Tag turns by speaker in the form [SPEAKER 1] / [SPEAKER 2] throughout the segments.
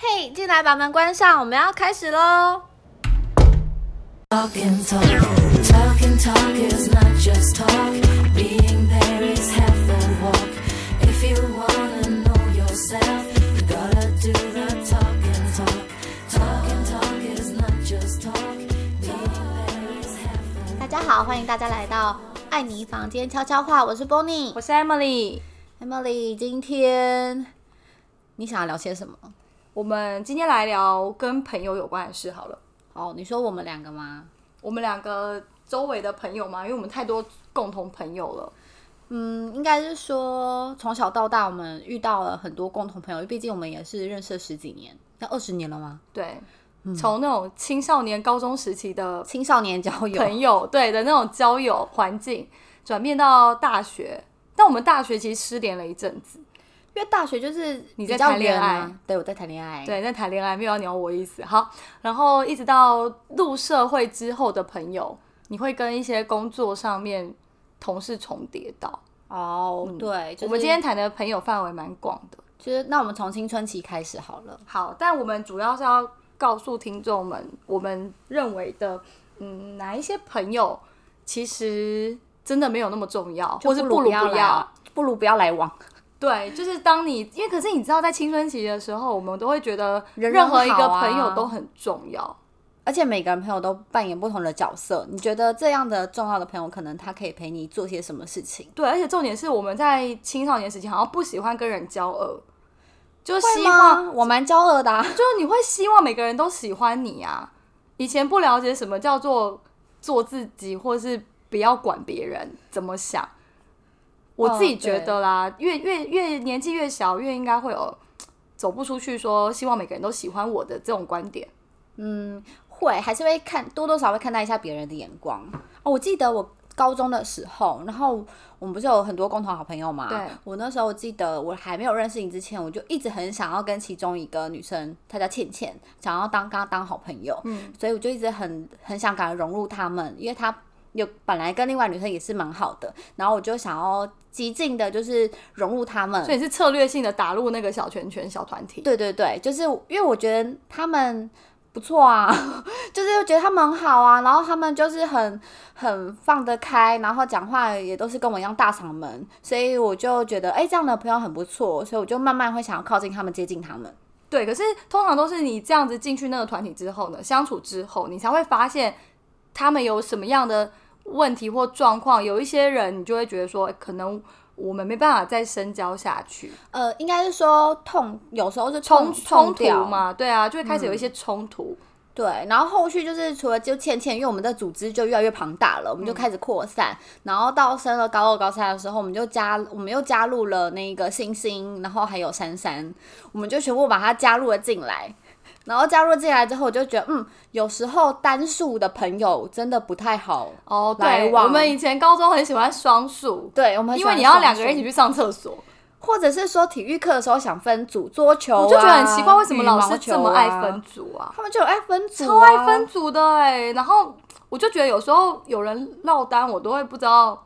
[SPEAKER 1] 哎
[SPEAKER 2] 进来，把门关上，我们要开始喽。
[SPEAKER 3] Talking, talk, talking, talk is not just talk. Being there is half the walk. If you wanna know yourself, you gotta do the talking, talk. Talking, talk is not just talk. Being there is half the walk.
[SPEAKER 2] 大家好，欢迎大家来到爱你房间悄悄话，我是 Bonnie，
[SPEAKER 1] 我是 Emily。
[SPEAKER 2] Emily。今天你想要聊些什么？
[SPEAKER 1] 我们今天来聊跟朋友有关的事好了。
[SPEAKER 2] 哦，你说我们两个吗？
[SPEAKER 1] 我们两个周围的朋友嘛，因为我们太多共同朋友了。
[SPEAKER 2] 嗯，应该是说从小到大，我们遇到了很多共同朋友，毕竟我们也是认识了十几年，要二十年了吗？
[SPEAKER 1] 对，
[SPEAKER 2] 嗯
[SPEAKER 1] 从那种青少年、高中时期的
[SPEAKER 2] 青少年交友，
[SPEAKER 1] 朋友对的那种交友环境，转变到大学。但我们大学其实失联了一阵子，
[SPEAKER 2] 因为大学就是
[SPEAKER 1] 你在
[SPEAKER 2] 比较
[SPEAKER 1] 谈恋
[SPEAKER 2] 远啊
[SPEAKER 1] 爱，
[SPEAKER 2] 对我在谈恋爱，，
[SPEAKER 1] 对，在谈恋爱没有要鸟我意思。好，然后一直到入社会之后的朋友，你会跟一些工作上面同事重叠到。
[SPEAKER 2] 哦，对，就是、
[SPEAKER 1] 嗯我们今天谈的朋友范围蛮广的。
[SPEAKER 2] 就是那我们从青春期开始好了，
[SPEAKER 1] 好，但我们主要是要告诉听众们，我们认为的，嗯，哪一些朋友其实真的没有那么重要，或是
[SPEAKER 2] 就
[SPEAKER 1] 不
[SPEAKER 2] 不
[SPEAKER 1] 如
[SPEAKER 2] 要来
[SPEAKER 1] 不
[SPEAKER 2] 啊
[SPEAKER 1] 要。，啊
[SPEAKER 2] 不如不要来往，
[SPEAKER 1] 对，就是当你，因为可是你知道，在青春期的时候，我们都会觉得
[SPEAKER 2] 人
[SPEAKER 1] 任何一
[SPEAKER 2] 很
[SPEAKER 1] 个
[SPEAKER 2] 好啊
[SPEAKER 1] 朋友都很重要。
[SPEAKER 2] 而且每个人朋友都扮演不同的角色，你觉得这样的重要的朋友，可能他可以陪你做些什么事情？
[SPEAKER 1] 对，而且重点是我们在青少年时期好像不喜欢跟人交恶，就是
[SPEAKER 2] 会
[SPEAKER 1] 希望
[SPEAKER 2] 吗？我蛮骄傲的、啊，
[SPEAKER 1] 就是你会希望每个人都喜欢你啊。以前不了解什么叫做做自己，或是不要管别人怎么想。我自己觉得啦，越越越年纪越小，越应该会有走不出去说希望每个人都喜欢我的这种观点。
[SPEAKER 2] 会还是会看多多少少会看待一下别人的眼光。哦，我记得我高中的时候，然后我们不是有很多共同好朋友嘛？
[SPEAKER 1] 对
[SPEAKER 2] 我那时候记得我还没有认识你之前，我就一直很想要跟其中一个女生，她叫倩倩，想要当跟她当好朋友。
[SPEAKER 1] 嗯，
[SPEAKER 2] 所以我就一直很很想赶快融入他们，因为他有本来跟另外女生也是蛮好的，然后我就想要极尽的就是融入他们
[SPEAKER 1] 所。以是策略性的打入那个小圈圈、小团体。
[SPEAKER 2] 对对对，就是因为我觉得他们不错啊， 就是觉得他们很好啊，然后他们就是很很放得开，然后讲话也都是跟我一样大嗓门，所以我就觉得哎、这样的朋友很不错，所以我就慢慢会想要靠近他们，接近他们。
[SPEAKER 1] 对，可是通常都是你这样子进去那个团体之后呢，相处之后，你才会发现他们有什么样的问题或状况。有一些人，你就会觉得说，诶可能我们没办法再深交下去，
[SPEAKER 2] 呃，应该是说痛，有时候是冲
[SPEAKER 1] 冲冲
[SPEAKER 2] 掉嗯
[SPEAKER 1] 突嘛，对啊，就会开始有一些冲突。
[SPEAKER 2] 对，然后后续就是除了就倩倩，因为我们的组织就越来越庞大了，我们
[SPEAKER 1] 嗯
[SPEAKER 2] 就开始扩散，然后到升了高二、高三的时候，我们就加，我们又加入了那个星星，然后还有珊珊，我们就全部把它加入了进来。然后加入进来之后，我就觉得，嗯，有时候单数的朋友真的不太好。
[SPEAKER 1] 哦，
[SPEAKER 2] 来
[SPEAKER 1] 对，
[SPEAKER 2] 往
[SPEAKER 1] 我们以前高中很喜欢双数，
[SPEAKER 2] 对，我们很喜
[SPEAKER 1] 因
[SPEAKER 2] 欢
[SPEAKER 1] 为你要两个
[SPEAKER 2] 双
[SPEAKER 1] 人一起去上厕所，
[SPEAKER 2] 数，或者是说体育课的时候想分组，桌球、啊，
[SPEAKER 1] 我就觉得很奇怪，为什么
[SPEAKER 2] 羽毛
[SPEAKER 1] 老师
[SPEAKER 2] 球
[SPEAKER 1] 这么爱
[SPEAKER 2] 啊
[SPEAKER 1] 分？组啊？
[SPEAKER 2] 他们就有爱分组、啊，
[SPEAKER 1] 超爱分组的哎、然后我就觉得有时候有人落单，我都会不知道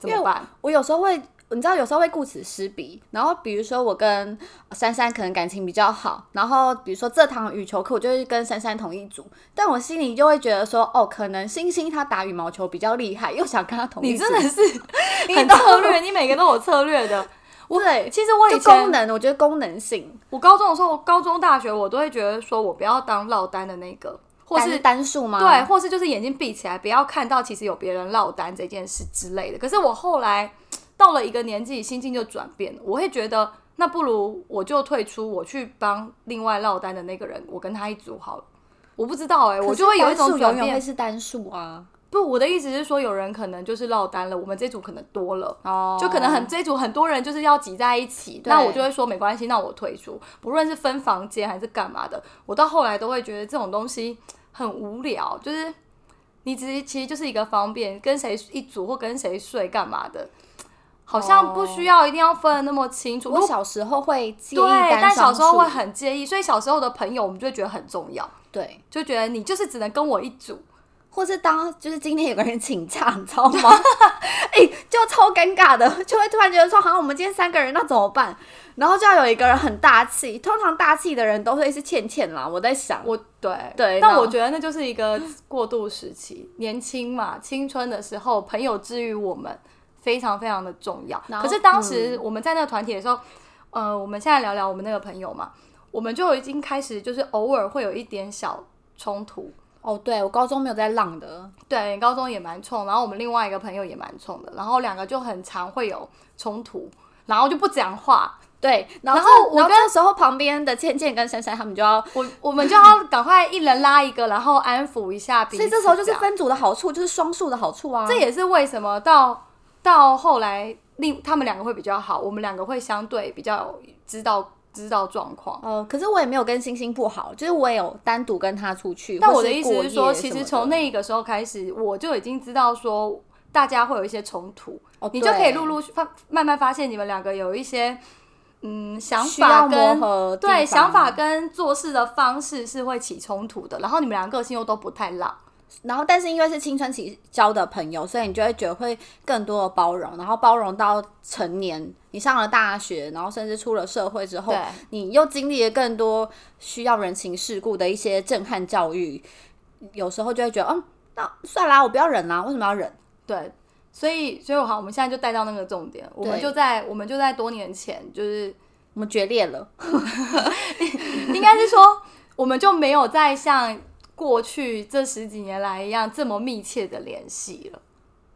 [SPEAKER 1] 怎
[SPEAKER 2] 因为
[SPEAKER 1] 么办。
[SPEAKER 2] 我有时候会，你知道，有时候会顾此失彼。然后比如说我跟珊珊可能感情比较好，然后比如说这堂羽球课我就会跟珊珊同一组，但我心里就会觉得说，哦，可能星星她打羽毛球比较厉害，又想跟她同一
[SPEAKER 1] 你
[SPEAKER 2] 组。
[SPEAKER 1] 真的是
[SPEAKER 2] 你
[SPEAKER 1] 很
[SPEAKER 2] 懂
[SPEAKER 1] 策略，你每个都有策略的。我
[SPEAKER 2] 对
[SPEAKER 1] 其实我以
[SPEAKER 2] 就功
[SPEAKER 1] 前
[SPEAKER 2] 能，我觉得功能性，
[SPEAKER 1] 我高中的时候，高中大学我都会觉得说我不要当落单的那个，或
[SPEAKER 2] 但
[SPEAKER 1] 是
[SPEAKER 2] 单数吗？
[SPEAKER 1] 对，，或是就是眼睛闭起来，不要看到其实有别人落单这件事之类的。可是我后来到了一个年纪，心境就转变了，我会觉得那不如我就退出，我去帮另外落单的那个人，我跟他一组好了。我不知道哎、我就会有一种转
[SPEAKER 2] 永远会
[SPEAKER 1] 变。
[SPEAKER 2] 是单数啊。
[SPEAKER 1] 不，我的意思是说，有人可能就是落单了，我们这组可能多了。
[SPEAKER 2] 哦
[SPEAKER 1] 就可能很这一组很多人就是要挤在一起，
[SPEAKER 2] 对
[SPEAKER 1] 那我就会说没关系，那我退出，不论是分房间还是干嘛的，我到后来都会觉得这种东西很无聊，就是你只是其实就是一个方便，跟谁一组或跟谁睡干嘛的，好像不需要一定要分的那么清楚。
[SPEAKER 2] 哦我
[SPEAKER 1] 如
[SPEAKER 2] 小时候会介意
[SPEAKER 1] 对，
[SPEAKER 2] 单
[SPEAKER 1] 但小时候
[SPEAKER 2] 双
[SPEAKER 1] 会
[SPEAKER 2] 数
[SPEAKER 1] 很介意，所以小时候的朋友我们就会觉得很重要，
[SPEAKER 2] 对，
[SPEAKER 1] 就觉得你就是只能跟我一组，
[SPEAKER 2] 或是当就是今天有个人请假，你知道吗？ 哎、就超尴尬的，就会突然觉得说，好像我们今天三个人，那怎么办？然后就要有一个人很大气，通常大气的人都会是倩倩啦。我在想，
[SPEAKER 1] 我对
[SPEAKER 2] 对
[SPEAKER 1] 但
[SPEAKER 2] 那
[SPEAKER 1] 我觉得那就是一个过渡时期，年轻嘛，青春的时候，朋友之于我们非常非常的重要。
[SPEAKER 2] 然后嗯
[SPEAKER 1] 可是当时我们在那个团体的时候，呃，我们现在聊聊我们那个朋友嘛，我们就已经开始就是偶尔会有一点小冲突。
[SPEAKER 2] 哦，对我高中没有在浪的，
[SPEAKER 1] 对，高中也蛮冲，然后我们另外一个朋友也蛮冲的，然后两个就很常会有冲突，然后就不讲话，
[SPEAKER 2] 对。然后
[SPEAKER 1] 然后我
[SPEAKER 2] 然后
[SPEAKER 1] 跟
[SPEAKER 2] 这时候旁边的倩倩跟珊珊他们就要
[SPEAKER 1] 我我们就要赶快一人拉一个，然后安抚一下彼此。
[SPEAKER 2] 所以这时候就是
[SPEAKER 1] 样
[SPEAKER 2] 分组的好处，就是双数的好处啊。
[SPEAKER 1] 这也是为什么到到后来，另他们两个会比较好，我们两个会相对比较知道知道状况。
[SPEAKER 2] 哦，可是我也没有跟星星不好，就是我也有单独跟他出去。
[SPEAKER 1] 但
[SPEAKER 2] 或
[SPEAKER 1] 我的
[SPEAKER 2] 是
[SPEAKER 1] 意
[SPEAKER 2] 过
[SPEAKER 1] 思是
[SPEAKER 2] 夜
[SPEAKER 1] 说，
[SPEAKER 2] 什
[SPEAKER 1] 其
[SPEAKER 2] 么
[SPEAKER 1] 实
[SPEAKER 2] 的
[SPEAKER 1] 从那个时候开始，我就已经知道说大家会有一些冲突，
[SPEAKER 2] 哦
[SPEAKER 1] 你就可
[SPEAKER 2] 对
[SPEAKER 1] 以陆陆续发慢慢发现你们两个有一些嗯想
[SPEAKER 2] 需要
[SPEAKER 1] 法
[SPEAKER 2] 磨
[SPEAKER 1] 跟
[SPEAKER 2] 合的地
[SPEAKER 1] 对想
[SPEAKER 2] 方
[SPEAKER 1] 法跟做事的方式是会起冲突的，然后你们两个个性又都不太浪。
[SPEAKER 2] 然后但是因为是青春期交的朋友，所以你就会觉得会更多的包容，然后包容到成年，你上了大学，然后甚至出了社会之后
[SPEAKER 1] 对，
[SPEAKER 2] 你又经历了更多需要人情世故的一些震撼教育，有时候就会觉得，嗯，那算啦，我不要忍啦，为什么要忍？
[SPEAKER 1] 对，所以所以好，我们现在就带到那个重点，我们
[SPEAKER 2] 对
[SPEAKER 1] 就在我们就在多年前，就是
[SPEAKER 2] 我们决裂了，
[SPEAKER 1] 应该是说我们就没有再像过去这十几年来一样这么密切的联系了。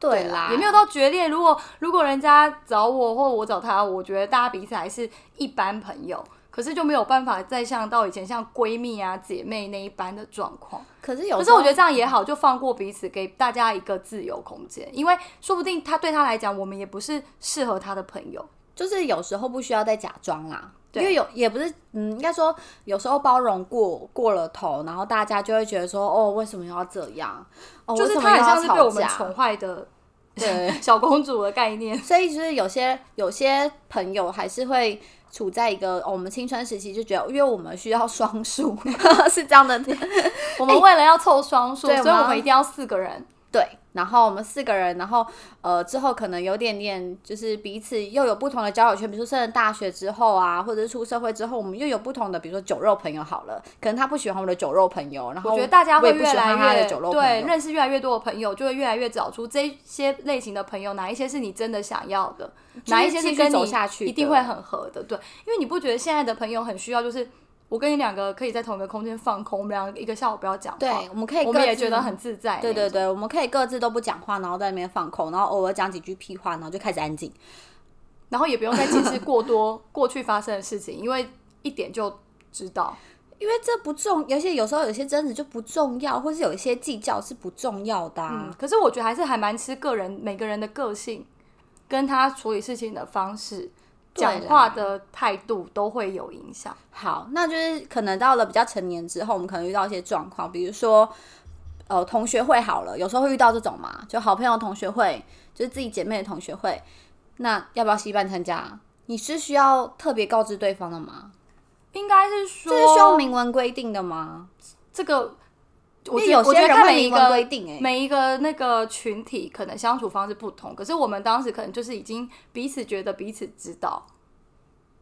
[SPEAKER 2] 对啦，
[SPEAKER 1] 也没有到决裂。如果如果人家找我或我找他，我觉得大家彼此还是一般朋友，可是就没有办法再像到以前像闺蜜啊姐妹那一般的状况。
[SPEAKER 2] 可是有时候，
[SPEAKER 1] 可是我觉得这样也好，就放过彼此，给大家一个自由空间，因为说不定他对他来讲，我们也不是适合他的朋友。
[SPEAKER 2] 就是有时候不需要再假装啦，因
[SPEAKER 1] 对
[SPEAKER 2] 为有也不是，嗯，应该说有时候包容过过了头，然后大家就会觉得说，哦，为什么要这样？哦，
[SPEAKER 1] 就
[SPEAKER 2] 为
[SPEAKER 1] 是
[SPEAKER 2] 什么
[SPEAKER 1] 他很
[SPEAKER 2] 又
[SPEAKER 1] 像
[SPEAKER 2] 要
[SPEAKER 1] 是被我
[SPEAKER 2] 吵
[SPEAKER 1] 们
[SPEAKER 2] 架？
[SPEAKER 1] 宠坏的
[SPEAKER 2] 对，
[SPEAKER 1] 小公主的概念。
[SPEAKER 2] 所以就是有些有些朋友还是会处在一个、哦我们青春时期就觉得，因为我们需要双数， 是这样 的，
[SPEAKER 1] 我们为了要凑双数，
[SPEAKER 2] 对
[SPEAKER 1] 所以
[SPEAKER 2] 我
[SPEAKER 1] 我
[SPEAKER 2] 们
[SPEAKER 1] 们一定要四个人。
[SPEAKER 2] 对，然后我们四个人，然后呃之后可能有点点就是彼此又有不同的交友圈，比如说上了大学之后啊，或者是出社会之后，我们又有不同的，比如说酒肉朋友好了，可能他不喜欢我的酒肉朋友，然后
[SPEAKER 1] 我觉得大家
[SPEAKER 2] 我
[SPEAKER 1] 会
[SPEAKER 2] 也不
[SPEAKER 1] 越
[SPEAKER 2] 喜
[SPEAKER 1] 来
[SPEAKER 2] 欢他
[SPEAKER 1] 越
[SPEAKER 2] 的酒肉朋
[SPEAKER 1] 对
[SPEAKER 2] 友，
[SPEAKER 1] 认识越来越多的朋友，就会越来越找出这些类型的朋友，哪一些是你真的想要的，
[SPEAKER 2] 是
[SPEAKER 1] 哪一些
[SPEAKER 2] 继
[SPEAKER 1] 是
[SPEAKER 2] 续
[SPEAKER 1] 跟你
[SPEAKER 2] 走下去的
[SPEAKER 1] 一定会很合的。对，因为你不觉得现在的朋友很需要，就是我跟你两个可以在同一个空间放空，我们两个一个下午不要讲话，
[SPEAKER 2] 对，我们可以
[SPEAKER 1] 我们
[SPEAKER 2] 各
[SPEAKER 1] 也
[SPEAKER 2] 自
[SPEAKER 1] 觉得很自在。
[SPEAKER 2] 对对，对，我们可以各自都不讲话，然后在那边放空，然后偶尔讲几句屁话，然后就开始安静。
[SPEAKER 1] 然后也不用再解释过多 过去发生的事情，因为一点就知道。
[SPEAKER 2] 因为这不重，而且有时候有些争执就不重要，或是有一些计较是不重要的、啊
[SPEAKER 1] 嗯，可是我觉得还是还蛮吃个人每个人的个性，跟他处理事情的方式、
[SPEAKER 2] 对啦
[SPEAKER 1] 讲话的态度都会有影响。
[SPEAKER 2] 好，那就是可能到了比较成年之后，我们可能遇到一些状况，比如说，呃，同学会好了，有时候会遇到这种嘛，就好朋友同学会，就是自己姐妹的同学会，那要不要戏班参加？你是需要特别告知对方的吗？
[SPEAKER 1] 应该是说
[SPEAKER 2] 这是需要明文规定的吗？
[SPEAKER 1] 这个，我
[SPEAKER 2] 因为
[SPEAKER 1] 觉得
[SPEAKER 2] 有
[SPEAKER 1] 我
[SPEAKER 2] 些
[SPEAKER 1] 觉得
[SPEAKER 2] 人
[SPEAKER 1] 看
[SPEAKER 2] 会
[SPEAKER 1] 每一
[SPEAKER 2] 明文规
[SPEAKER 1] 个
[SPEAKER 2] 定、欸，
[SPEAKER 1] 每一个那个群体可能相处方式不同，可是我们当时可能就是已经彼此觉得彼此知道，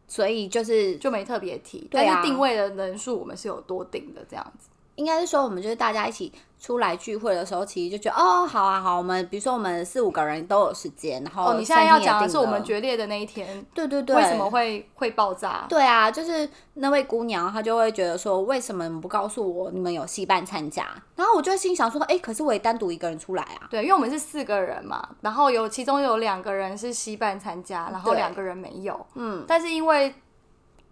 [SPEAKER 2] 所以就是
[SPEAKER 1] 就没特别提。
[SPEAKER 2] 对啊
[SPEAKER 1] 但是定位的人数我们是有多定的这样子。
[SPEAKER 2] 应该是说，我们就是大家一起出来聚会的时候，其实就觉得哦，好啊，好，我们比如说我们四五个人都有时间，然后
[SPEAKER 1] 哦，你现在要
[SPEAKER 2] 餐厅也
[SPEAKER 1] 讲的
[SPEAKER 2] 呃定
[SPEAKER 1] 是我
[SPEAKER 2] 了
[SPEAKER 1] 们决裂的那一天，
[SPEAKER 2] 对对对，
[SPEAKER 1] 为什么会会爆炸？
[SPEAKER 2] 对啊，就是那位姑娘，她就会觉得说，为什么你们不告诉我你们有戏班参加？然后我就心想说，哎、可是我也单独一个人出来啊。
[SPEAKER 1] 对，因为我们是四个人嘛，然后有其中有两个人是西半参加，然后
[SPEAKER 2] 对
[SPEAKER 1] 两个人没有。
[SPEAKER 2] 嗯，
[SPEAKER 1] 但是因为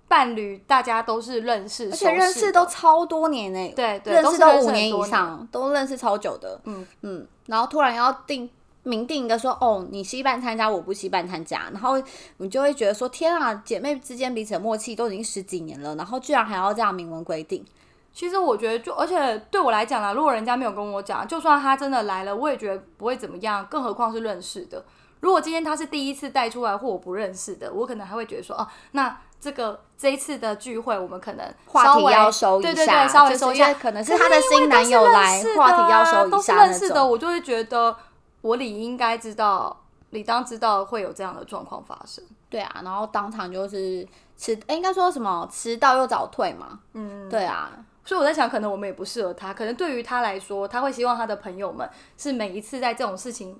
[SPEAKER 1] 伴侣大家都是认识，
[SPEAKER 2] 而
[SPEAKER 1] 熟
[SPEAKER 2] 且
[SPEAKER 1] 识
[SPEAKER 2] 认识都
[SPEAKER 1] 的
[SPEAKER 2] 超多年呢、
[SPEAKER 1] 对对，
[SPEAKER 2] 认
[SPEAKER 1] 都
[SPEAKER 2] 识
[SPEAKER 1] 是
[SPEAKER 2] 都
[SPEAKER 1] 认识
[SPEAKER 2] 五
[SPEAKER 1] 很
[SPEAKER 2] 年以
[SPEAKER 1] 多
[SPEAKER 2] 上，都认识超久的。
[SPEAKER 1] 嗯
[SPEAKER 2] 嗯，然后突然要定明定一个说，哦，你西半参加，我不西半参加，然后你就会觉得说，天啊，姐妹之间彼此的默契都已经十几年了，然后居然还要这样明文规定，
[SPEAKER 1] 其实我觉得就，而且对我来讲啦，如果人家没有跟我讲，就算他真的来了，我也觉得不会怎么样，更何况是认识的。如果今天他是第一次带出来或我不认识的，我可能还会觉得说，哦、那这个这一次的聚会，我们可能
[SPEAKER 2] 话
[SPEAKER 1] 稍
[SPEAKER 2] 题
[SPEAKER 1] 微
[SPEAKER 2] 要收一下，
[SPEAKER 1] 对对对，稍微
[SPEAKER 2] 就是
[SPEAKER 1] 收
[SPEAKER 2] 因
[SPEAKER 1] 一下
[SPEAKER 2] 为。可能是他的新男友来，
[SPEAKER 1] 可是因为
[SPEAKER 2] 话题要收
[SPEAKER 1] 都
[SPEAKER 2] 一
[SPEAKER 1] 是
[SPEAKER 2] 下
[SPEAKER 1] 认
[SPEAKER 2] 那
[SPEAKER 1] 识的啊都是认识的，
[SPEAKER 2] 种。
[SPEAKER 1] 我就会觉得我理应该知道，理当知道会有这样的状况发生。
[SPEAKER 2] 对啊，然后当场就是迟，哎应该说什么迟到又早退嘛。嗯，对啊，
[SPEAKER 1] 所以我在想，可能我们也不适合他，可能对于他来说，他会希望他的朋友们是每一次在这种事情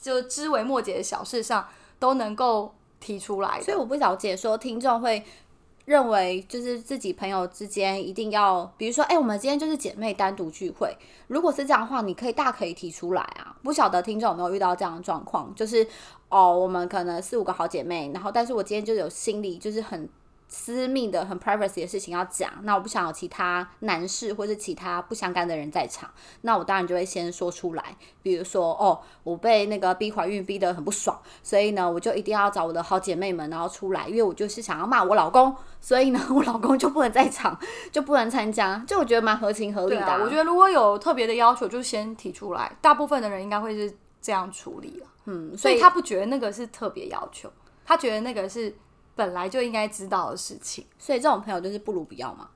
[SPEAKER 1] 就枝微末节的小事上都能够提出来
[SPEAKER 2] 所以
[SPEAKER 1] 的。
[SPEAKER 2] 我不了解说听众会认为就是自己朋友之间一定要，比如说，哎、我们今天就是姐妹单独聚会，如果是这样的话，你可以大可以提出来啊。不晓得听众有没有遇到这样的状况，就是哦，我们可能四五个好姐妹，然后但是我今天就有心里就是很。私密的、很 privacy 的事情要讲，那我不想有其他男士或是其他不相干的人在场，那我当然就会先说出来。比如说，哦，我被那个逼怀孕逼得很不爽，所以呢，我就一定要找我的好姐妹们，然后出来，因为我就是想要骂我老公，所以呢， 我老公就不能在场，就不能参加，就我觉得蛮合情合理
[SPEAKER 1] 对
[SPEAKER 2] 的、
[SPEAKER 1] 啊，我觉得如果有特别的要求，就先提出来。大部分的人应该会是这样处理了，
[SPEAKER 2] 嗯，
[SPEAKER 1] 所
[SPEAKER 2] 所
[SPEAKER 1] 以
[SPEAKER 2] 以
[SPEAKER 1] 他不觉得那个是特别要求，他觉得那个是本来就应该知道的事情。
[SPEAKER 2] 所以这种朋友就是不如不要嘛，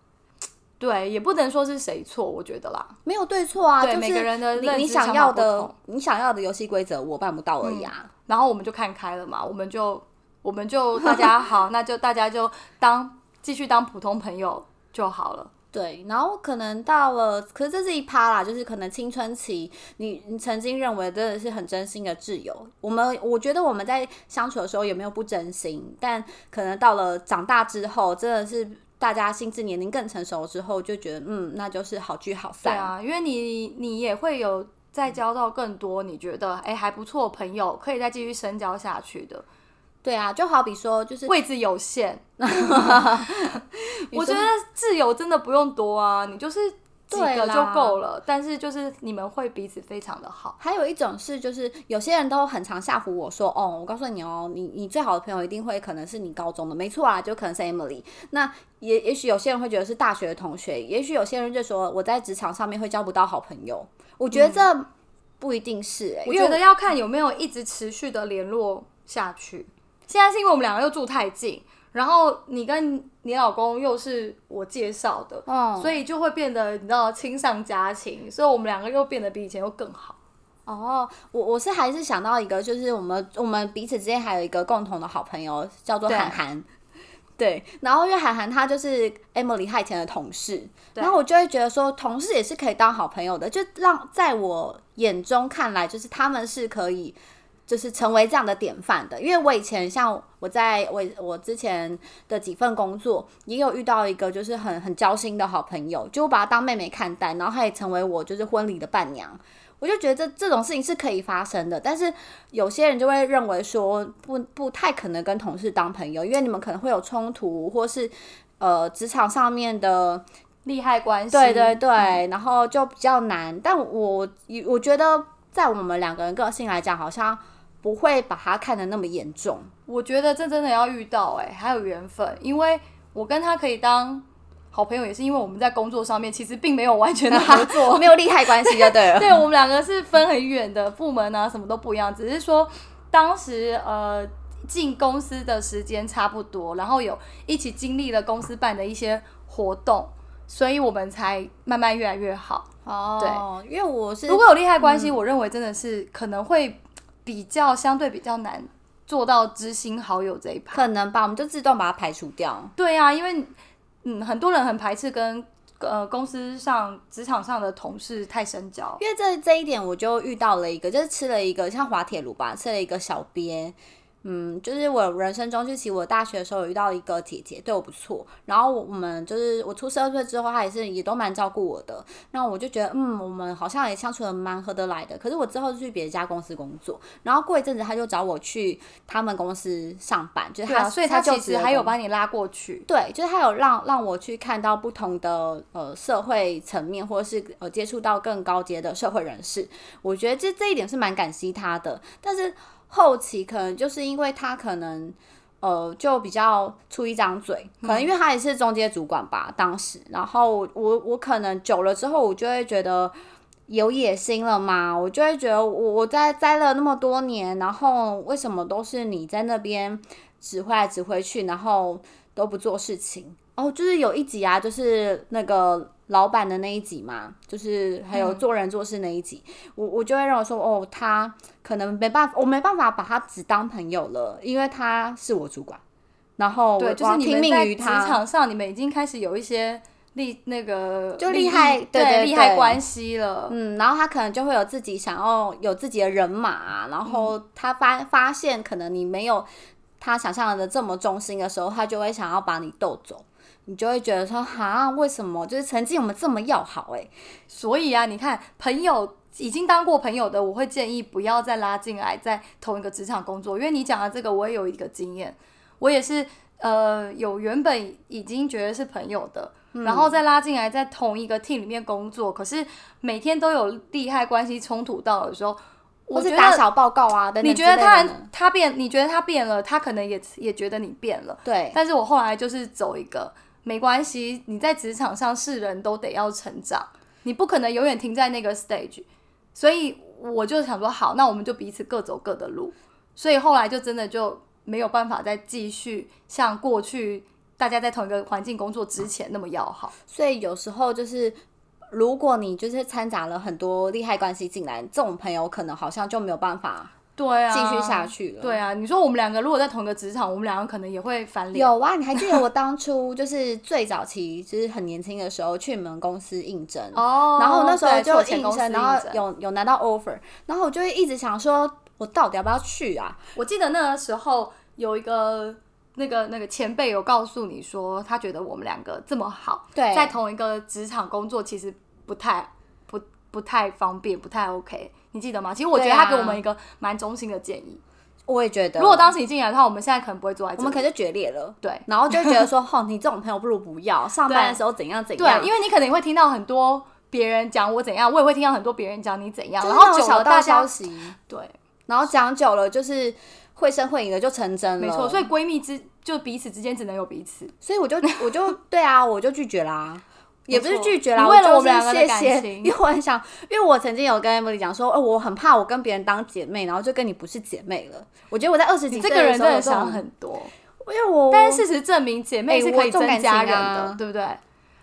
[SPEAKER 1] 对，也不能说是谁错，我觉得啦。
[SPEAKER 2] 没有对错啊，
[SPEAKER 1] 对
[SPEAKER 2] 就是
[SPEAKER 1] 每个人的
[SPEAKER 2] 你
[SPEAKER 1] 认知
[SPEAKER 2] 你想
[SPEAKER 1] 想
[SPEAKER 2] 要
[SPEAKER 1] 法不
[SPEAKER 2] 的
[SPEAKER 1] 同嗯
[SPEAKER 2] 你想要的游戏规则我办不到而已啊，
[SPEAKER 1] 然后我们就看开了嘛，我们就我们就大家 好，那就大家就当继续当普通朋友就好了。
[SPEAKER 2] 对，然后可能到了，可是这是一趴啦，就是可能青春期，你你曾经认为真的是很真心的挚友，我们我觉得我们在相处的时候也没有不真心，但可能到了长大之后，真的是大家心智年龄更成熟之后，就觉得嗯，那就是好聚好
[SPEAKER 1] 对
[SPEAKER 2] 散。
[SPEAKER 1] 啊，因为你你也会有再交到更多你觉得哎、还不错的朋友，可以再继续深交下去的，
[SPEAKER 2] 对啊，就好比说，就是
[SPEAKER 1] 位置有限。
[SPEAKER 2] 你
[SPEAKER 1] 我觉
[SPEAKER 2] 说
[SPEAKER 1] 得挚友真的不用多啊，你就是几
[SPEAKER 2] 对
[SPEAKER 1] 个就
[SPEAKER 2] 啦
[SPEAKER 1] 够了，但是就是你们会彼此非常的好。
[SPEAKER 2] 还有一种是，就是有些人都很常吓唬我说，哦，我告诉你哦，你你最好的朋友一定会可能是你高中的，没错啊，就可能是 Emily。那也也许有些人会觉得是大学的同学，也许有些人就说我在职场上面会交不到好朋友。我觉得这不一定是、欸，
[SPEAKER 1] 嗯我
[SPEAKER 2] 因为
[SPEAKER 1] 觉得要看有没有一直持续的联络下去。现在是因为我们两个又住太近，然后你跟你老公又是我介绍的，
[SPEAKER 2] 嗯
[SPEAKER 1] 所以就会变得你知道亲上加亲，所以我们两个又变得比以前又更好。
[SPEAKER 2] 哦，我我是还是想到一个，就是我们我们彼此之间还有一个共同的好朋友，叫做
[SPEAKER 1] 对
[SPEAKER 2] 涵涵。对，然后因为涵涵她就是 Emily 她以前的同事，
[SPEAKER 1] 对
[SPEAKER 2] 然后我就会觉得说，同事也是可以当好朋友的，就让在我眼中看来，就是他们是可以。就是成为这样的典范的，因为我以前像我在我我之前的几份工作，也有遇到一个就是很很交心的好朋友，就我把她当妹妹看待，然后她也成为我就是婚礼的伴娘，我就觉得这这种事情是可以发生的，但是有些人就会认为说不不太可能跟同事当朋友，因为你们可能会有冲突，或是呃职场上面的，
[SPEAKER 1] 利害关系，
[SPEAKER 2] 对对对，然后就比较难。但我我觉得在我们两个人个性来讲，好像不会把它看得那么严重。
[SPEAKER 1] 我觉得这真的要遇到哎、还有缘分，因为我跟他可以当好朋友，也是因为我们在工作上面其实并没有完全的合作，
[SPEAKER 2] 没有利害关系就对 了。
[SPEAKER 1] 对我们两个是分很远的部门啊，什么都不一样，只是说当时呃进公司的时间差不多，然后有一起经历了公司办的一些活动，所以我们才慢慢越来越好。
[SPEAKER 2] 哦，对，因为我是
[SPEAKER 1] 如果有利害关系，我认为真的是可能会比较相对比较难做到知心好友这一趴。
[SPEAKER 2] 可能吧，我们就自动把它排除掉。
[SPEAKER 1] 对啊，因为嗯，很多人很排斥跟呃公司上职场上的同事太深交。
[SPEAKER 2] 因为这这一点，我就遇到了一个，就是吃了一个像滑铁卢吧，吃了一个小鳖。嗯，就是我人生中，就其实我大学的时候有遇到一个姐姐，对我不错。然后我们就是我出社会之后，她也是也都蛮照顾我的。那我就觉得，嗯，我们好像也相处的蛮合得来的。可是我之后就去别家公司工作，然后过一阵子，她就找我去他们公司上班，就是
[SPEAKER 1] 对
[SPEAKER 2] 她、
[SPEAKER 1] 啊，所以
[SPEAKER 2] 她
[SPEAKER 1] 他
[SPEAKER 2] 就
[SPEAKER 1] 其
[SPEAKER 2] 职
[SPEAKER 1] 实
[SPEAKER 2] 的
[SPEAKER 1] 还有
[SPEAKER 2] 工作
[SPEAKER 1] 把你拉过去。
[SPEAKER 2] 对，就是他有让让我去看到不同的呃社会层面，或者是呃接触到更高阶的社会人士。我觉得这这一点是蛮感激他的，但是后期可能就是因为他可能。呃，就比较出一张嘴，可能因为他也是中间主管吧，当时，然后我我我可能久了之后，我就会觉得有野心了嘛，我就会觉得我我在待了那么多年，然后为什么都是你在那边指挥来指挥去，然后都不做事情。哦，就是有一集啊，就是那个老板的那一集嘛，就是还有做人做事那一集，我我就会认为说，哦，他可能没办法，我没办法把他只当朋友了，因为他是我主管，然后哦我
[SPEAKER 1] 对，就是
[SPEAKER 2] 要
[SPEAKER 1] 你
[SPEAKER 2] 听
[SPEAKER 1] 们
[SPEAKER 2] 命
[SPEAKER 1] 在
[SPEAKER 2] 于
[SPEAKER 1] 职
[SPEAKER 2] 他。
[SPEAKER 1] 场上，你们已经开始有一些利那个
[SPEAKER 2] 就
[SPEAKER 1] 利
[SPEAKER 2] 利害
[SPEAKER 1] 益
[SPEAKER 2] 对对
[SPEAKER 1] 利害
[SPEAKER 2] 对
[SPEAKER 1] 关系了。
[SPEAKER 2] 嗯，然后他可能就会有自己想要有自己的人马啊、然后
[SPEAKER 1] 嗯
[SPEAKER 2] 他发发现可能你没有他想象的这么忠心的时候，他就会想要把你斗走，你就会觉得说哈，为什么就是曾经我们这么要好哎、
[SPEAKER 1] 所以啊，你看朋友。已经当过朋友的，我会建议不要再拉进来，在同一个职场工作，因为你讲的这个，我也有一个经验，我也是呃有原本已经觉得是朋友的，
[SPEAKER 2] 嗯
[SPEAKER 1] 然后再拉进来在同一个 team 里面工作，可是每天都有利害关系冲突到的时候，我
[SPEAKER 2] 或
[SPEAKER 1] 觉
[SPEAKER 2] 是
[SPEAKER 1] 得
[SPEAKER 2] 打小报告啊等等
[SPEAKER 1] 你觉得
[SPEAKER 2] 之类
[SPEAKER 1] 他
[SPEAKER 2] 的呢
[SPEAKER 1] 他变，你觉得他变了，他可能也也觉得你变了。
[SPEAKER 2] 对，
[SPEAKER 1] 但是我后来就是走一个没关系，你在职场上是人都得要成长，你不可能永远停在那个 stage，所以我就想说好，那我们就彼此各走各的路，所以后来就真的就没有办法再继续像过去大家在同一个环境工作之前那么要好。
[SPEAKER 2] 所以有时候就是。如果你就是掺杂了很多利害关系进来，这种朋友可能好像就没有办法
[SPEAKER 1] 对啊，
[SPEAKER 2] 继续下。去了。
[SPEAKER 1] 对啊，你说我们两个如果在同一个职场，我们两个可能也会翻脸。
[SPEAKER 2] 有啊，你还记得我当初 就是最早期，就是很年轻的时候去你们公司应征，
[SPEAKER 1] 哦，
[SPEAKER 2] 然后那时候
[SPEAKER 1] 对
[SPEAKER 2] 就
[SPEAKER 1] 我前
[SPEAKER 2] 应
[SPEAKER 1] 公司
[SPEAKER 2] 征，然后
[SPEAKER 1] 征
[SPEAKER 2] 有有拿到 offer，然后我就会一直想说，我到底要不要去啊？
[SPEAKER 1] 我记得那个时候有一个那个那个前辈有告诉你说，他觉得我们两个这么好，
[SPEAKER 2] 对，
[SPEAKER 1] 在同一个职场工作其实不太不不太方便，不太 OK。你记得吗？其实我觉得
[SPEAKER 2] 对啊
[SPEAKER 1] 他给我们一个蛮中心的建议。
[SPEAKER 2] 我也觉得，
[SPEAKER 1] 如果当时你进来的话，我们现在可能不会坐在
[SPEAKER 2] 我
[SPEAKER 1] 这里。
[SPEAKER 2] 们可能就决裂了，
[SPEAKER 1] 对
[SPEAKER 2] 然后就会觉得说， 吼，你这种朋友不如不要，上班的时候怎样怎样，
[SPEAKER 1] 对，因为你可能会听到很多别人讲我怎样，我也会听到很多别人讲你怎样，
[SPEAKER 2] 就是
[SPEAKER 1] 然
[SPEAKER 2] 那
[SPEAKER 1] 后
[SPEAKER 2] 种
[SPEAKER 1] 久
[SPEAKER 2] 小
[SPEAKER 1] 了
[SPEAKER 2] 道
[SPEAKER 1] 大
[SPEAKER 2] 消
[SPEAKER 1] 家
[SPEAKER 2] 息，
[SPEAKER 1] 对，
[SPEAKER 2] 然后讲久了就是会声会影的就成真了，
[SPEAKER 1] 没错，所
[SPEAKER 2] 以
[SPEAKER 1] 以闺蜜之就彼此之间只能有彼此。
[SPEAKER 2] 所以 我就我就对啊，我就拒绝啦。也不是拒绝啦，
[SPEAKER 1] 你为了
[SPEAKER 2] 我
[SPEAKER 1] 我们两
[SPEAKER 2] 就是
[SPEAKER 1] 个的
[SPEAKER 2] 谢谢，
[SPEAKER 1] 感 情
[SPEAKER 2] 因为我很想，因为我曾经有跟 Emily 讲说，哦，我很怕我跟别人当姐妹，然后就跟你不是姐妹了。我觉得我在二十几
[SPEAKER 1] 你
[SPEAKER 2] 岁
[SPEAKER 1] 这个
[SPEAKER 2] 的
[SPEAKER 1] 人
[SPEAKER 2] 时候
[SPEAKER 1] 真
[SPEAKER 2] 有
[SPEAKER 1] 的
[SPEAKER 2] 这种
[SPEAKER 1] 想很多。
[SPEAKER 2] 因为我，
[SPEAKER 1] 但是事实证明，姐妹
[SPEAKER 2] 哦哎
[SPEAKER 1] 是可以
[SPEAKER 2] 我重
[SPEAKER 1] 增
[SPEAKER 2] 感
[SPEAKER 1] 加人
[SPEAKER 2] 情
[SPEAKER 1] 的，
[SPEAKER 2] 啊嗯
[SPEAKER 1] 对不对？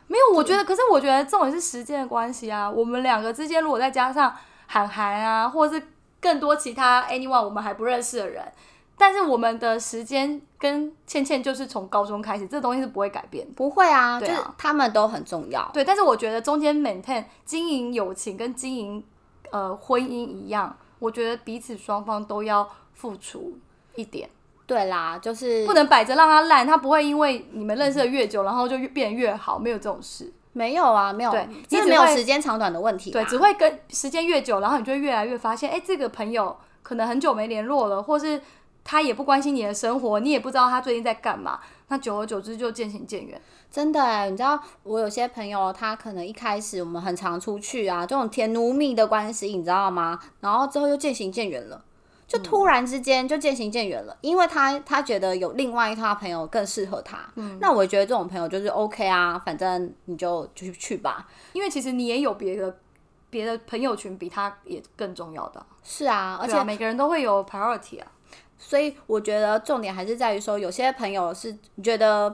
[SPEAKER 1] 没有，我觉得，可是我觉得重点是时间的关系啊。我们两个之间，如果再加上韩寒啊，或者是更多其他 anyone 我们还不认识的人，但是我们的时间跟倩倩就是从高中开始，这东西是不会改变的。
[SPEAKER 2] 不会啊，就
[SPEAKER 1] 对
[SPEAKER 2] 是
[SPEAKER 1] 啊
[SPEAKER 2] 他们都很重要。
[SPEAKER 1] 对，但是我觉得中间 maintain 经营友情跟经营呃婚姻一样，我觉得彼此双方都要付出一点。
[SPEAKER 2] 对啦，就是
[SPEAKER 1] 不能摆着让它烂，它不会因为你们认识的越久，然后就越变得越好，没有这种事。
[SPEAKER 2] 没有啊，没有，
[SPEAKER 1] 对
[SPEAKER 2] 就
[SPEAKER 1] 你
[SPEAKER 2] 是
[SPEAKER 1] 只
[SPEAKER 2] 没有
[SPEAKER 1] 会
[SPEAKER 2] 时间长短的问题啦。
[SPEAKER 1] 对，只啊会跟时间越久，然后你就会越来越发现，哎、这个朋友可能很久没联络了，或是他也不关心你的生活，你也不知道他最近在干嘛。那久而久之就渐行渐远。
[SPEAKER 2] 真的哎、你知道我有些朋友，他可能一开始我们很常出去啊，这种甜奴蜜的关系，你知道吗？然后之后又渐行渐远了。就突然之间就渐行渐远了，因为他他觉得有另外一套朋友更适合他，那我觉得这种朋友就是 OK 啊，反正你就就去去吧。
[SPEAKER 1] 因为其实你也有别的别的朋友群比他也更重要的啊，
[SPEAKER 2] 是啊，而
[SPEAKER 1] 而
[SPEAKER 2] 且
[SPEAKER 1] 且、每个人都会有 priority 啊。
[SPEAKER 2] 所以我觉得重点还是在于说，有些朋友是你觉得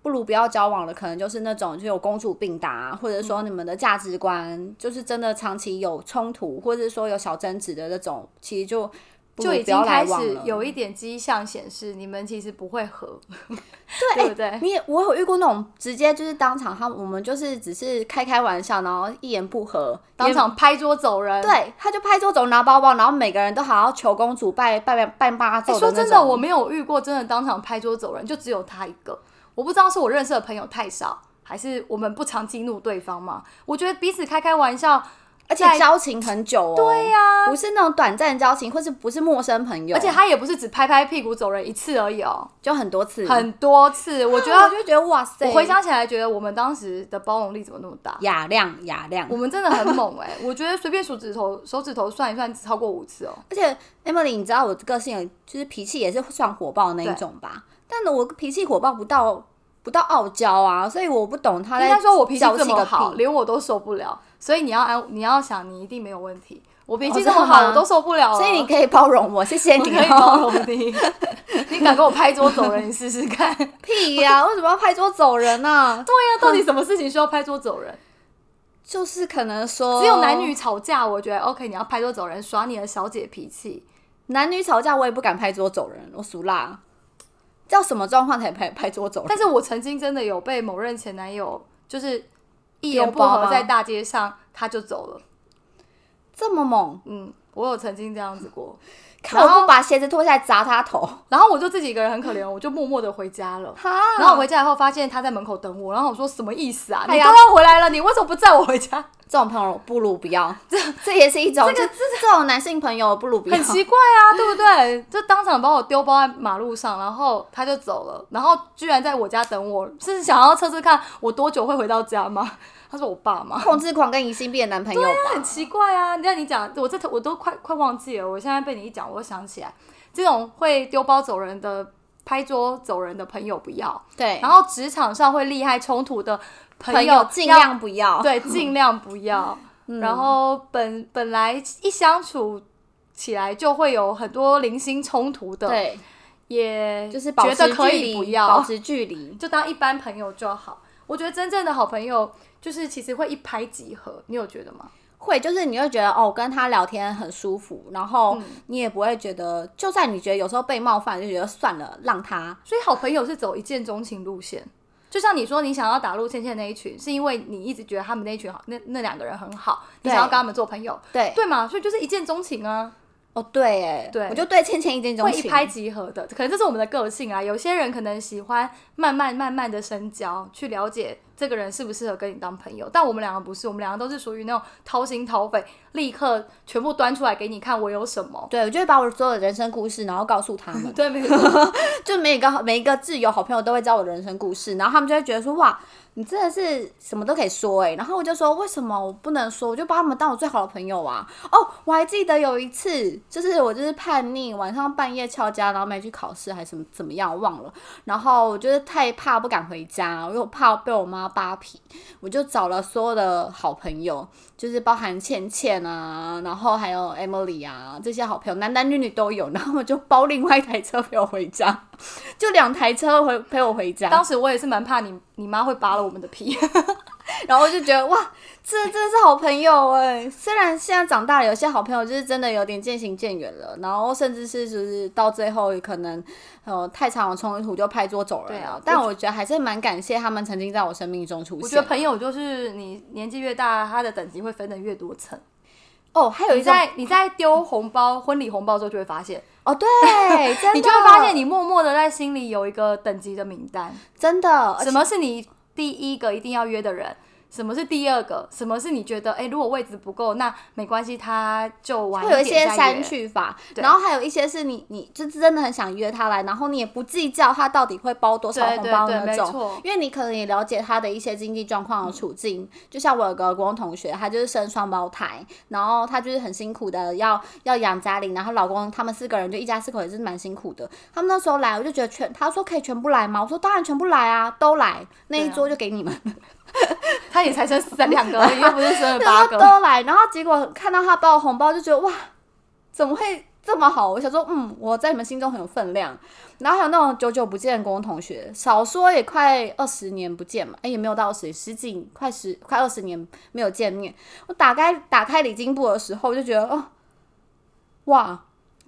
[SPEAKER 2] 不如不要交往了，可能就是那种就有公主病的啊，或者
[SPEAKER 1] 嗯
[SPEAKER 2] 说你们的价值观就是真的长期有冲突，或者是说有小争执的那种，其实就不如
[SPEAKER 1] 就已
[SPEAKER 2] 不
[SPEAKER 1] 经
[SPEAKER 2] 要来
[SPEAKER 1] 开
[SPEAKER 2] 往
[SPEAKER 1] 始
[SPEAKER 2] 了。
[SPEAKER 1] 有一点迹象显示，你们其实不会合，
[SPEAKER 2] 对，
[SPEAKER 1] 对不对
[SPEAKER 2] 哎你也我有遇过那种直接就是当场他我们就是只是开开玩笑，然后一言不合
[SPEAKER 1] 当
[SPEAKER 2] 也
[SPEAKER 1] 场拍桌走人。
[SPEAKER 2] 对，他就拍桌走拿包包，然后每个人都好好求公主拜拜拜拜妈
[SPEAKER 1] 欸
[SPEAKER 2] 祖
[SPEAKER 1] 说
[SPEAKER 2] 那
[SPEAKER 1] 真的，
[SPEAKER 2] 种
[SPEAKER 1] 我没有遇过真的当场拍桌走人，就只有他一个。我不知道是我认识的朋友太少，还是我们不常激怒对方嘛？我觉得彼此开开玩笑，
[SPEAKER 2] 而且
[SPEAKER 1] 在
[SPEAKER 2] 交情很久哦。
[SPEAKER 1] 对呀、
[SPEAKER 2] 不是那种短暂的交情，或是不是陌生朋友，
[SPEAKER 1] 而且他也不是只拍拍屁股走人一次而已哦，
[SPEAKER 2] 就很多次，
[SPEAKER 1] 很多次。我觉
[SPEAKER 2] 对啊，我
[SPEAKER 1] 得
[SPEAKER 2] 就觉得哇塞，
[SPEAKER 1] 我回想起来，觉得我们当时的包容力怎么那么大？
[SPEAKER 2] 雅量雅量
[SPEAKER 1] 我，们真的很猛哎、我觉得随便数指头手指头算一算，超过五次哦。
[SPEAKER 2] 而且 Emily，你知道我个性有就是脾气也是算火爆那一种吧，但我脾气火爆不到不到傲娇啊，所以我不懂他
[SPEAKER 1] 应
[SPEAKER 2] 在
[SPEAKER 1] 该说我脾气
[SPEAKER 2] 娇
[SPEAKER 1] 这
[SPEAKER 2] 气
[SPEAKER 1] 么
[SPEAKER 2] 个
[SPEAKER 1] 好，
[SPEAKER 2] 屁。
[SPEAKER 1] 连我都受不了。所以你要安，你要想，你一定没有问题。我脾
[SPEAKER 2] 哦真
[SPEAKER 1] 气这
[SPEAKER 2] 的
[SPEAKER 1] 么好，
[SPEAKER 2] 吗
[SPEAKER 1] 我都受不了了
[SPEAKER 2] 所以你可以包容我，谢谢
[SPEAKER 1] 哦我
[SPEAKER 2] 你
[SPEAKER 1] 可以
[SPEAKER 2] 哦。
[SPEAKER 1] 包容你。 你敢跟我拍桌走人，你试试看。 对呀、
[SPEAKER 2] 屁呀、为什么要拍桌走人呢、
[SPEAKER 1] 到底什么事情需要拍桌走人？
[SPEAKER 2] 就是可能说，
[SPEAKER 1] 只有男女吵架，我觉得 OK，你要拍桌走人，耍你的小姐脾气。
[SPEAKER 2] 男女吵架，我也不敢拍桌走人，我俗辣。叫什么状况才拍拍桌走人？
[SPEAKER 1] 但是我曾经真的有被某任前男友，就是一言
[SPEAKER 2] 丢
[SPEAKER 1] 不
[SPEAKER 2] 包
[SPEAKER 1] 合
[SPEAKER 2] 吗
[SPEAKER 1] 在大街上他就走了。
[SPEAKER 2] 这么猛，
[SPEAKER 1] 嗯，我有曾经这样子过，
[SPEAKER 2] 看我不把鞋子脱下来砸他头！
[SPEAKER 1] 然后我就自己一个人很可怜，我就默默的回家了。
[SPEAKER 2] 哈，
[SPEAKER 1] 然后我回家以后发现他在门口等我，然后我说什么意思啊？
[SPEAKER 2] 哎
[SPEAKER 1] 你
[SPEAKER 2] 呀
[SPEAKER 1] 都要回来了，你为什么不载我回家？
[SPEAKER 2] 这种朋友不如不要，这这也是一种这这种男性朋友不如不要，
[SPEAKER 1] 很奇怪啊， 对不对？就当场把我丢包在马路上，然后他就走了，然后居然在我家等我，是想要测试看我多久会回到家吗？ 他说我爸妈。
[SPEAKER 2] 控制狂跟疑心病的男朋友
[SPEAKER 1] 很
[SPEAKER 2] 吧？
[SPEAKER 1] 奇怪啊！你看你讲，我这我都快快忘记了，我现在被你一讲，我又想起来，这种会丢包走人的、拍桌走人的朋友不要，
[SPEAKER 2] 对，
[SPEAKER 1] 然后职场上会利害冲突的朋
[SPEAKER 2] 朋
[SPEAKER 1] 要
[SPEAKER 2] 友尽量不要。
[SPEAKER 1] 对尽量不 要。
[SPEAKER 2] 嗯
[SPEAKER 1] 然后本本来一相处起来就会有很多零星冲突的，
[SPEAKER 2] 对，
[SPEAKER 1] 也
[SPEAKER 2] 就是保
[SPEAKER 1] 觉
[SPEAKER 2] 持
[SPEAKER 1] 得可
[SPEAKER 2] 距
[SPEAKER 1] 以
[SPEAKER 2] 离，
[SPEAKER 1] 不要，
[SPEAKER 2] 保持距离。
[SPEAKER 1] 就当一般朋友就好。我觉得真正的好朋友就是其实会一拍即合，你有觉得吗？
[SPEAKER 2] 会，就是你会觉得哦，我跟他聊天很舒服，然
[SPEAKER 1] 嗯
[SPEAKER 2] 后你也不会觉得，就算你觉得有时候被冒犯，就觉得算了，让他。
[SPEAKER 1] 所以好朋友是走一见钟情路线，就像你说你想要打入倩倩那一群，是因为你一直觉得他们那一群好，那那两个人很好，你
[SPEAKER 2] 对
[SPEAKER 1] 想要跟他们做朋友，
[SPEAKER 2] 对，
[SPEAKER 1] 对嘛？所以就是一见钟情啊，
[SPEAKER 2] 哦，对，哎，
[SPEAKER 1] 对
[SPEAKER 2] 我就对倩倩一见钟
[SPEAKER 1] 会
[SPEAKER 2] 情，
[SPEAKER 1] 一拍即合的。可能这是我们的个性啊，有些人可能喜欢慢慢慢慢的深交，去了解这个人适不适合跟你当朋友。但我们两个不是，我们两个都是属于那种掏心掏肺，立刻全部端出来给你看我有什 么。。
[SPEAKER 2] 对，我就会把我所有的人生故事，然后告诉他们
[SPEAKER 1] 对，没错，
[SPEAKER 2] 就每一个每一个挚友、好朋友都会知道我的人生故事，然后他们就会觉得说：“哇，你真的是什么都可以说哎、然后我就说：“为什么我不能说？我就把他们当我最好的朋友啊！”哦，我还记得有一次，就是我就是叛逆，晚上半夜翘家，然后没去考试还是什么怎么样忘了，然后我就是太怕不敢回家，我又怕被我妈扒皮，我就找了所有的好朋友，就是包含倩倩啊，然后还有 Emily 啊这些好朋友，男男女女都有，然后我就包另外一台车陪我回家，就两台车回陪我回家，
[SPEAKER 1] 当时我也是蛮怕你你妈会扒了我们的皮。
[SPEAKER 2] 然后我就觉得哇，这真的是好朋友哎、虽然现在长大了，有些好朋友就是真的有点渐行渐远了，然后甚至是就是到最后可能呃太长的冲突就拍桌走人
[SPEAKER 1] 对啊
[SPEAKER 2] 了。
[SPEAKER 1] 我
[SPEAKER 2] 但
[SPEAKER 1] 觉
[SPEAKER 2] 我觉得还是蛮感谢他们曾经在我生命中出现。
[SPEAKER 1] 我觉得朋友就是你年纪越大，他的等级会分得越多层。
[SPEAKER 2] 哦，还有
[SPEAKER 1] 你
[SPEAKER 2] 一种
[SPEAKER 1] 在你在丢红包、婚礼红包的时候，就会发现，
[SPEAKER 2] 哦， 对，真的哦
[SPEAKER 1] 你就会发现你默默的在心里有一个等级的名单，
[SPEAKER 2] 真的而且
[SPEAKER 1] 什么是你第一个一定要约的人，什么是第二个，什么是你觉得哎、诶如果位置不够，那没关系，他就晚
[SPEAKER 2] 会有
[SPEAKER 1] 一
[SPEAKER 2] 一些
[SPEAKER 1] 点再约
[SPEAKER 2] 删。去法，
[SPEAKER 1] 对
[SPEAKER 2] 然后还有一些是你你就是真的很想约他来，然后你也不计较他到底会包多少
[SPEAKER 1] 对
[SPEAKER 2] 红
[SPEAKER 1] 对
[SPEAKER 2] 包
[SPEAKER 1] 对
[SPEAKER 2] 那
[SPEAKER 1] 没
[SPEAKER 2] 种
[SPEAKER 1] 错，
[SPEAKER 2] 因为你可能也了解他的一些经济状况的处境。就像我有个国中同学，她就是生双胞胎，然后她就是很辛苦的要要养家里，然后老公他们四个人就一家四口也是蛮辛苦的。他们那时候来，我就觉得全，他说可以全部来吗？我说当然全部来啊，都来，那一
[SPEAKER 1] 对啊
[SPEAKER 2] 桌就给你们。
[SPEAKER 1] 他也才生三 两个而已，又不是生了
[SPEAKER 2] 然
[SPEAKER 1] 八
[SPEAKER 2] 后
[SPEAKER 1] 个。
[SPEAKER 2] 都来，然后结果看到他包的红包，就觉得哇，怎么会这么好？我想说，嗯，我在你们心中很有分量。然后还有那种久久不见的高中同学，少说也快二十年不见嘛，哎，也没有到二十，十几快十快二十年没有见面。我打开打开礼金簿的时候，我就觉得哦，哇，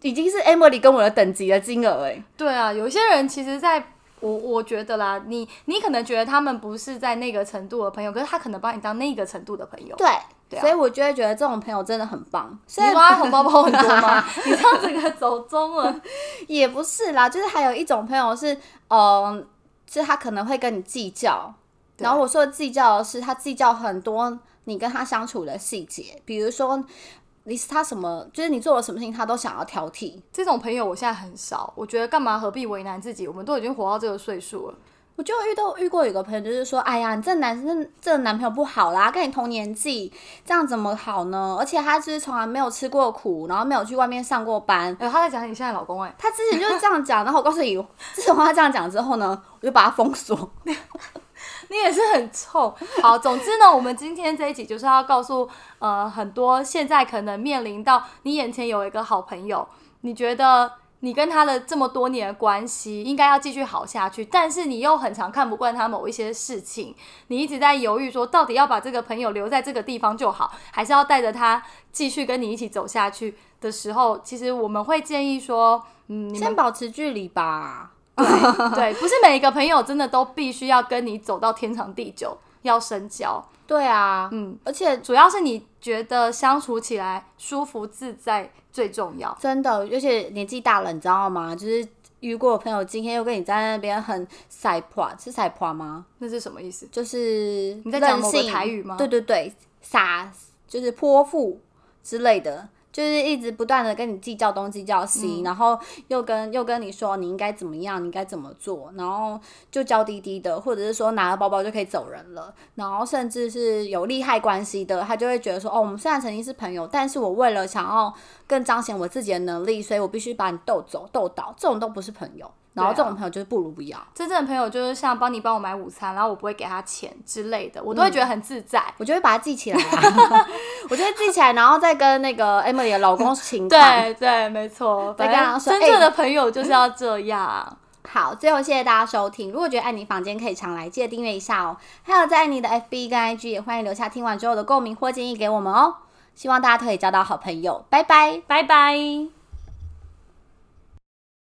[SPEAKER 2] 已经是 Emily 跟我的等级的金额哎，
[SPEAKER 1] 对啊，有些人其实在。我我觉得啦，你你可能觉得他们不是在那个程度的朋友，可是他可能把你当那个程度 的朋友。
[SPEAKER 2] 对，
[SPEAKER 1] 对啊
[SPEAKER 2] 所以我就会觉得这种朋友真的很棒。虽
[SPEAKER 1] 你
[SPEAKER 2] 然
[SPEAKER 1] 花红包包很多 吗？你这样整个走中了。
[SPEAKER 2] 也不是啦，就是还有一种朋友是，嗯，就是他可能会跟你计较。
[SPEAKER 1] 对
[SPEAKER 2] 然后我说的计较的是他计较很多你跟他相处的细节，比如说你他什么，就是你做了什么事情，他都想要挑剔。
[SPEAKER 1] 这种朋友我现在很少，我觉得干嘛何必为难自己？我们都已经活到这个岁数了，
[SPEAKER 2] 我就遇到遇过有个朋友，就是说，哎呀，你这男生这男朋友不好啦，跟你同年纪，这样怎么好呢？而且他就是从来没有吃过苦，然后没有去外面上过班，
[SPEAKER 1] 哎、他在讲你现在老公哎、
[SPEAKER 2] 他之前就是这样讲。然后我告诉你，自从他这样讲之后呢，我就把他封锁。
[SPEAKER 1] 你也是很臭。好，总之呢，我们今天这一集就是要告诉呃很多现在可能面临到你眼前有一个好朋友，你觉得你跟他的这么多年的关系应该要继续好下去，但是你又很常看不惯他某一些事情，你一直在犹豫说到底要把这个朋友留在这个地方就好，还是要带着他继续跟你一起走下去的时候，其实我们会建议说，嗯，你们
[SPEAKER 2] 先保持距离吧。
[SPEAKER 1] 对，不是每一个朋友真的都必须要跟你走到天长地久，要深交。
[SPEAKER 2] 对啊，
[SPEAKER 1] 嗯，
[SPEAKER 2] 而且
[SPEAKER 1] 主要是你觉得相处起来舒服自在最重要。
[SPEAKER 2] 真的，而且年纪大了，你知道吗？就是遇过的朋友，今天又跟你在那边很塞破，是塞破吗？
[SPEAKER 1] 那是什么意思？
[SPEAKER 2] 就是
[SPEAKER 1] 你在讲
[SPEAKER 2] 任
[SPEAKER 1] 某个
[SPEAKER 2] 性
[SPEAKER 1] 台语吗
[SPEAKER 2] 对对对，撒就是泼妇之类的，就是一直不断的跟你计较东计较
[SPEAKER 1] 嗯
[SPEAKER 2] 西，然后又跟又跟你说你应该怎么样，你应该怎么做，然后就娇滴滴的，或者是说拿了包包就可以走人了，然后甚至是有利害关系的，他就会觉得说哦，我们虽然曾经是朋友，但是我为了想要更彰显我自己的能力，所以我必须把你斗走、斗倒，这种都不是朋友。然后
[SPEAKER 1] 对啊
[SPEAKER 2] 这种朋友就是不如不要，
[SPEAKER 1] 真正的朋友就是像帮你帮我买午餐，然后我不会给他钱之类的，我都会觉得很自在。
[SPEAKER 2] 我就会把它记起来、啊，我就会记起来，然后再跟那个 Emily 的老公请款。
[SPEAKER 1] 对对，没错，
[SPEAKER 2] 再
[SPEAKER 1] 反
[SPEAKER 2] 跟他
[SPEAKER 1] 正
[SPEAKER 2] 说
[SPEAKER 1] 真正的朋友就是要这样。
[SPEAKER 2] 好，最后谢谢大家收听。如果觉得爱你房间可以常来，记得订阅一下哦。还有在爱你的 FB 跟 IG 也欢迎留下听完之后的共鸣或建议给我们哦。希望大家都可以交到好朋友，拜拜。
[SPEAKER 1] 拜拜。